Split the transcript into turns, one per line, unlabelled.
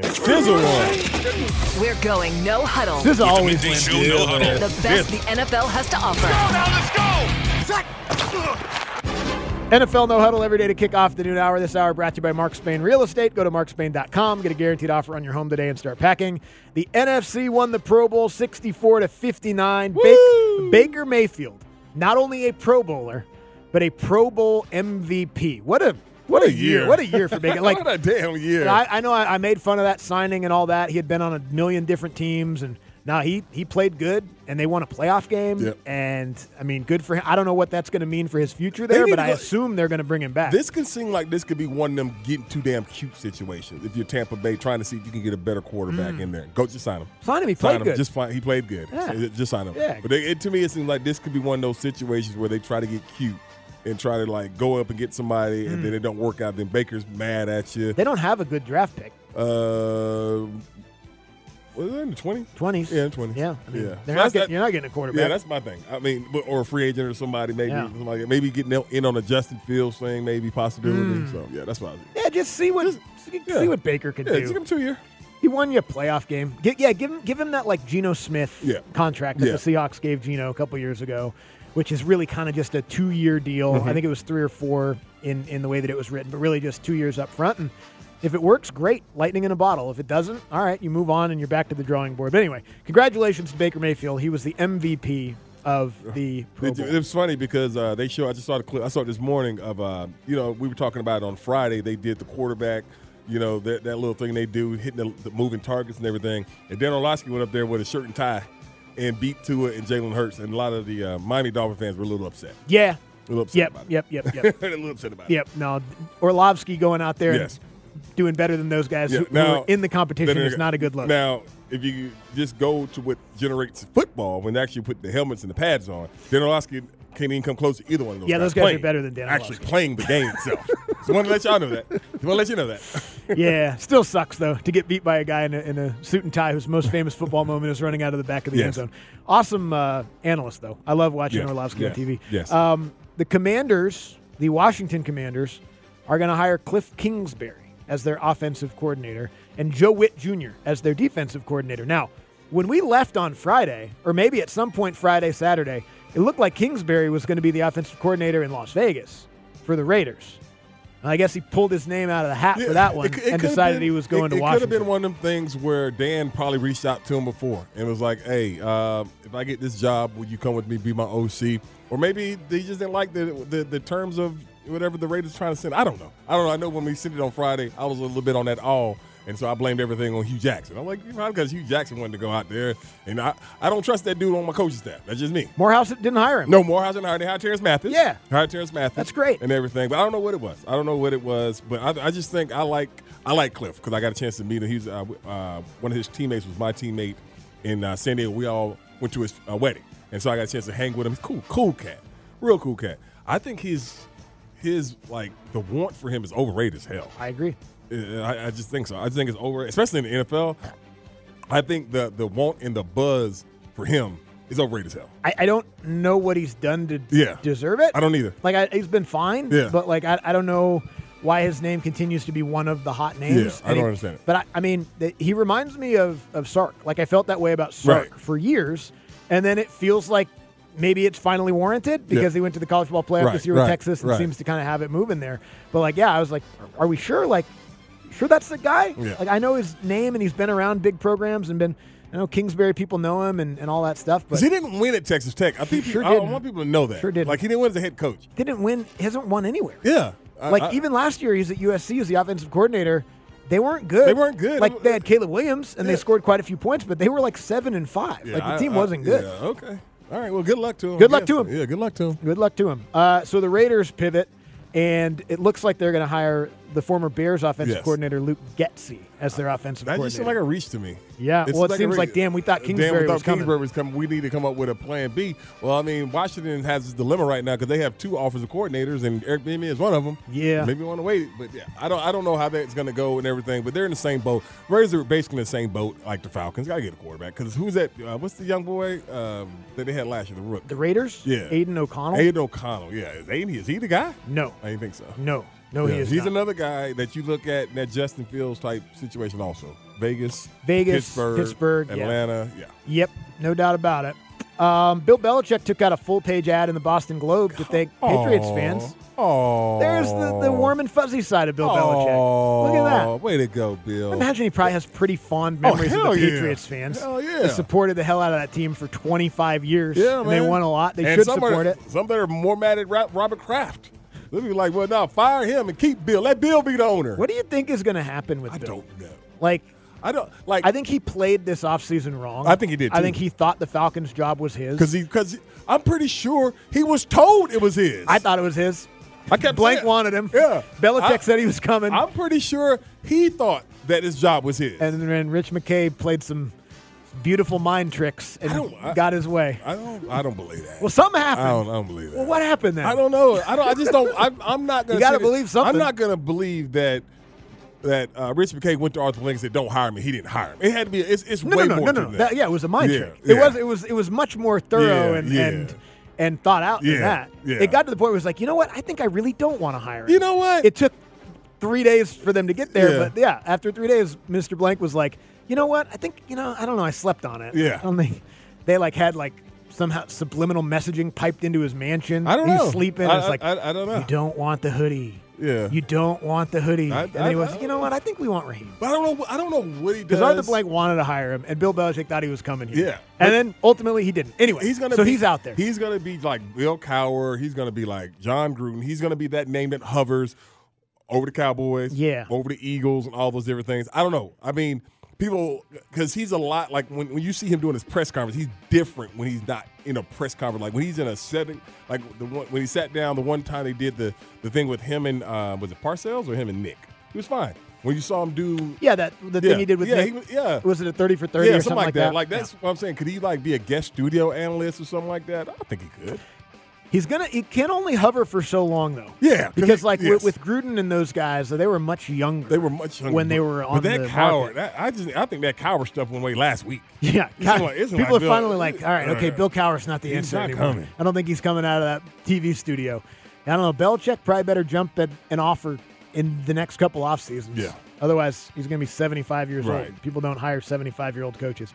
Fizzle one.
We're going no huddle.
This always
Midday
wins.
Show, no huddle.
The best the NFL has to offer.
NFL No Huddle every day to kick off the noon hour. This hour brought to you by Mark Spain Real Estate. Go to markspain.com, get a guaranteed offer on your home today and start packing. The NFC won the Pro Bowl 64 to 59. Ba- Baker Mayfield, not only a Pro Bowler, but a Pro Bowl MVP. What a what, a year. What a year for Baker. Like
what a damn year.
I, I know I, I made fun of that signing and all that. He had been on a million different teams, and now he he played good, and they won a playoff game.
Yep.
And I mean, good for him. I don't know what that's going to mean for his future
They
there,
need
but
to
I
go-
assume they're going to bring him back.
this can seem like this could be one of them getting too damn cute situations. If you're Tampa Bay trying to see if you can get a better quarterback in there, go just sign him.
Sign him. Mm. He
Sign
played
him.
good.
Just play, he played good.
Yeah.
Just- Just sign him.
Yeah.
But it, it- to me, it seems like this could be one of those situations where they try to get cute and try to like go up and get somebody, and
Mm.
then it don't work out. Then Baker's mad at you.
they don't have a good draft pick.
Uh, was that in the twenties?
Twenties.
Yeah, twenties.
Yeah. I mean,
yeah.
They're
So
not
that's-
getting, you're not getting a quarterback.
Yeah, that's my thing. I mean, but- or a free agent or somebody, maybe
Yeah.
something like that. maybe getting in on a Justin Fields thing, maybe possibility.
Mm.
So yeah, that's what I was.
Yeah, just see what see,
yeah.
see what Baker can
Yeah,
do.
it took him two year.
He won you a playoff game. Gi- yeah, give him give him that like Geno Smith
Yeah.
contract that
Yeah.
the Seahawks gave Geno a couple years ago, which is really kind of just a two year deal.
Mm-hmm.
I think it was three or four in in the way that it was written, but really just two years up front. And if it works, great, lightning in a bottle. If it doesn't, all right, you move on and you're back to the drawing board. But anyway, congratulations to Baker Mayfield. He was the MVP of the Pro
It,
Bowl.
it was funny because uh, they show. I just saw the clip. I saw it this morning of uh, you know we were talking about it on Friday. They did the quarterback. You know that, that little thing they do, hitting the, the moving targets and everything. And Dan Orlovsky went up there with a shirt and tie, and beat Tua and Jalen Hurts. And a lot of the uh, Miami Dolphin fans were a little upset.
yeah.
A little upset
Yep.
about it.
Yep. Yep. Yep.
a little upset about it.
Yep. No, Orlovsky going out there
Yes.
and doing better than those guys
Yeah,
who, who
now-
were in the competition
Then
is
they-
not a good look.
Now, if you just go to what generates football, when they actually put the helmets and the pads on, Dan Orlovsky can't even come close to either one of those
Yeah,
guys.
those guys are
playing-
better than Dan
Actually
Orlovsky.
playing the game itself. so I want to let y'all know that. I want to let you know that.
yeah, still sucks though to get beat by a guy in a, in a suit and tie whose most famous football moment is running out of the back of the end
Yes.
zone. Awesome uh, analyst though. I love watching
Yes,
Orlovsky
yes,
on TV.
yes.
Um, the Commanders, the Washington Commanders, are going to hire Cliff Kingsbury as their offensive coordinator and Joe Witt Jr. as their defensive coordinator. Now, when we left on Friday, or maybe at some point Friday, Saturday, it looked like Kingsbury was going to be the offensive coordinator in Las Vegas for the Raiders. I guess he pulled his name out of the hat for that one
c-
and
could've
decided
been-
he was going
it,
to
it
Washington.
could have been one of them things where Dan probably reached out to him before and was like, "Hey, uh, if I get this job, will you come with me, be my OC?" Or maybe they just didn't like the the, the terms of whatever the Raiders trying to send. I don't know. I don't know. I know when we sent it on Friday, I was a little bit on that all. And so I blamed everything on Hugh Jackson. I'm like, you probably because Hugh Jackson wanted to go out there, and I, I don't trust that dude on my coaching staff. That's just me.
Morehouse didn't hire him.
No, Morehouse and hired. They hired Terrence Mathis.
Yeah.
hired Terrence Mathis.
That's great.
and everything. But I don't know what it was. I don't know what it was. But I, I just think I like I like Cliff because I got a chance to meet him. He's uh, w- uh, one of his teammates was my teammate in uh, San Diego. We all went to his uh, wedding, and so I got a chance to hang with him. He's cool, cool cat, real cool cat. I think his his like the want for him is overrated as hell.
I agree.
Uh, I, I just think so. I just think it's over, especially in the NFL. I think the the want and the buzz for him is overrated as hell.
I, I don't know what he's done to
Yeah.
deserve it.
I don't either.
Like I, he's been fine,
Yeah.
but like I, I don't know why his name continues to be one of the hot names.
Yeah, I
And
don't
he-
understand it.
But I, I mean, th- he reminds me of of Sark. Like I felt that way about Sark
Right.
for years, and then it feels like maybe it's finally warranted because he went to the college football playoff
Right,
this year with
right,
Texas and
right.
seems to kind of have it moving there. But like, yeah, I was like, are we sure? Like, sure that's the guy?
Yeah.
Like I know his name and he's been around big programs and been. I know Kingsbury people know him and, and all that stuff, but
Because he didn't win at Texas Tech. I think
Sure
I, I
didn't.
want people to know that.
Sure didn't.
Like he didn't win as a head coach.
didn't win, hasn't won anywhere.
Yeah. I-
like
I-
even last year, he's at USC as the offensive coordinator. They weren't good.
They weren't good.
Like they had Caleb Williams, and
Yeah.
they scored quite a few points, but they were like seven and five.
Yeah,
like the
I-
team
I-
wasn't good.
Yeah, okay. All right. Well, good luck to him.
Good luck
Yeah,
to him.
Yeah. Good luck to him.
Good luck to him. Uh, so the Raiders pivot, and it looks like they're going to hire the former Bears offensive
Yes. Uh,
coordinator Luke Getze as their offensive
That just
coordinator.
seemed like a reach to me.
Yeah, well, it seems
reach.
like, damn, we thought
damn,
Kingsbury
we thought
was coming.
Kingsbury was coming. We need to come up with a plan B. Well, I mean, Washington has this dilemma right now because they have two offensive coordinators, and Eric Bieniemy is one of them.
Yeah.
maybe want to wait, but yeah, I don't, I don't know how that's going to go and everything. But they're in the same boat. Raiders are basically in the same boat, like the Falcons. Got to get a quarterback because who's that? Uh, what's the young boy um, that they had last year? The rook.
the Raiders.
Yeah.
Aiden O'Connell.
Aiden O'Connell. Yeah, is Aiden? Is he the guy?
No,
I didn't think so.
no, no.
Yeah,
Oh, he is.
he's
not.
another guy that you look at in that Justin Fields type situation also. Vegas,
Vegas,
Pittsburgh,
Pittsburgh, yeah.
Atlanta. Yeah.
Yep, no doubt about it. Um, Bill Belichick took out a full page ad in the Boston Globe to thank Patriots fans.
Oh,
There's the, the warm and fuzzy side of Bill Belichick. Look at that.
Way to go, Bill.
I imagine he probably has pretty fond
Oh,
memories
hell
of the
yeah.
Patriots fans.
Hell yeah.
They supported the hell out of that team for 25 years.
yeah,
and
man.
they won a lot. They
And
should
some are-
support it.
Some that are more mad at Ra- Robert Kraft. They'll be like, well, now fire him and keep Bill. Let Bill be the owner.
What do you think is going to happen with
I
Bill?
don't know.
Like,
I don't like.
I think he played this offseason wrong.
I think he did,
I
too.
think he thought the Falcons' job was his.
because he because I'm pretty sure he was told it was his.
I thought it was his.
I kept
Blank
saying-
wanted him.
Yeah,
Belichick
I-
said he was coming.
I'm pretty sure he thought that his job was his.
and then Rich McKay played some beautiful mind tricks
I
and
don't- I-
got his way.
I don't. I don't believe that.
well, something happened.
I don't, I don't believe that.
Well, what happened then?
I don't know. I don't. I just don't. I'm, I'm not
You
gonna.
gotta
say that-
believe something.
I'm not gonna believe that that uh, Rich McKay went to Arthur Blank and said, "Don't hire me." He didn't hire him. It had to be. It's, it's
No,
way
no, no,
more
no,
to
no, no.
that.
That, yeah, it was a mind
Yeah,
trick. It
yeah.
was, it was, it was much more thorough
Yeah,
and,
yeah.
and and thought out than
Yeah,
that.
yeah.
It got to the point where it was like, you know what? I think I really don't want to hire. him.
You know what?
It took three days for them to get there,
Yeah.
but yeah, after three days, Mr. Blank was like, you know what? I think you know, I don't know. I slept on it.
Yeah.
I don't think they like had like somehow subliminal messaging piped into his mansion.
I don't
He's
know.
sleeping.
I-
it's
I-
like
I- I don't know.
You don't want the hoodie.
Yeah.
You don't want the hoodie.
I-
and then
I-
he was,
I-
you know what? I think we want Raheem.
But I don't know. I don't know what he does.
Because Arthur Blank wanted to hire him, and Bill Belichick thought he was coming here.
Yeah.
and then ultimately he didn't. Anyway,
He's gonna
so
be-
he's out there.
He's gonna be like Bill Cowher. He's gonna be like John Gruden. He's gonna be that name that hovers over the Cowboys,
Yeah.
over the Eagles, and all those different things. I don't know. I mean, people, because he's a lot like when, when you see him doing his press conference, he's different when he's not in a press conference. Like when he's in a setting, like the one when he sat down, the one time they did the the thing with him and uh, was it Parcells or him and Nick? He was fine. When you saw him do
yeah, that the
Yeah.
thing he did with
Yeah,
Nick-
he was- yeah.
was it a thirty for thirty
yeah,
or
something like that. Like
Yeah.
that's what I'm saying. Could he like be a guest studio analyst or something like that? I think he could.
He's gonna. He can only hover for so long though.
Yeah, 'cause
because
he-
like with,
yes.
with Gruden and those guys, they were much younger.
They were much younger.
when they were on
But that
the
Cowher,
market.
that, I just I think that Cowher stuff went away last week.
Yeah,
It's like-
God,
it's
people
like
are
Bill-
finally like, all right, okay,
Uh,
Bill Cowher's not the
he's
answer
not
anymore.
coming.
I don't think he's coming out of that TV studio. And I don't know. Belichick probably better jump at an offer in the next couple off seasons.
Yeah.
Otherwise, he's going to be 75 years old.
Right.
People don't hire 75 year old coaches.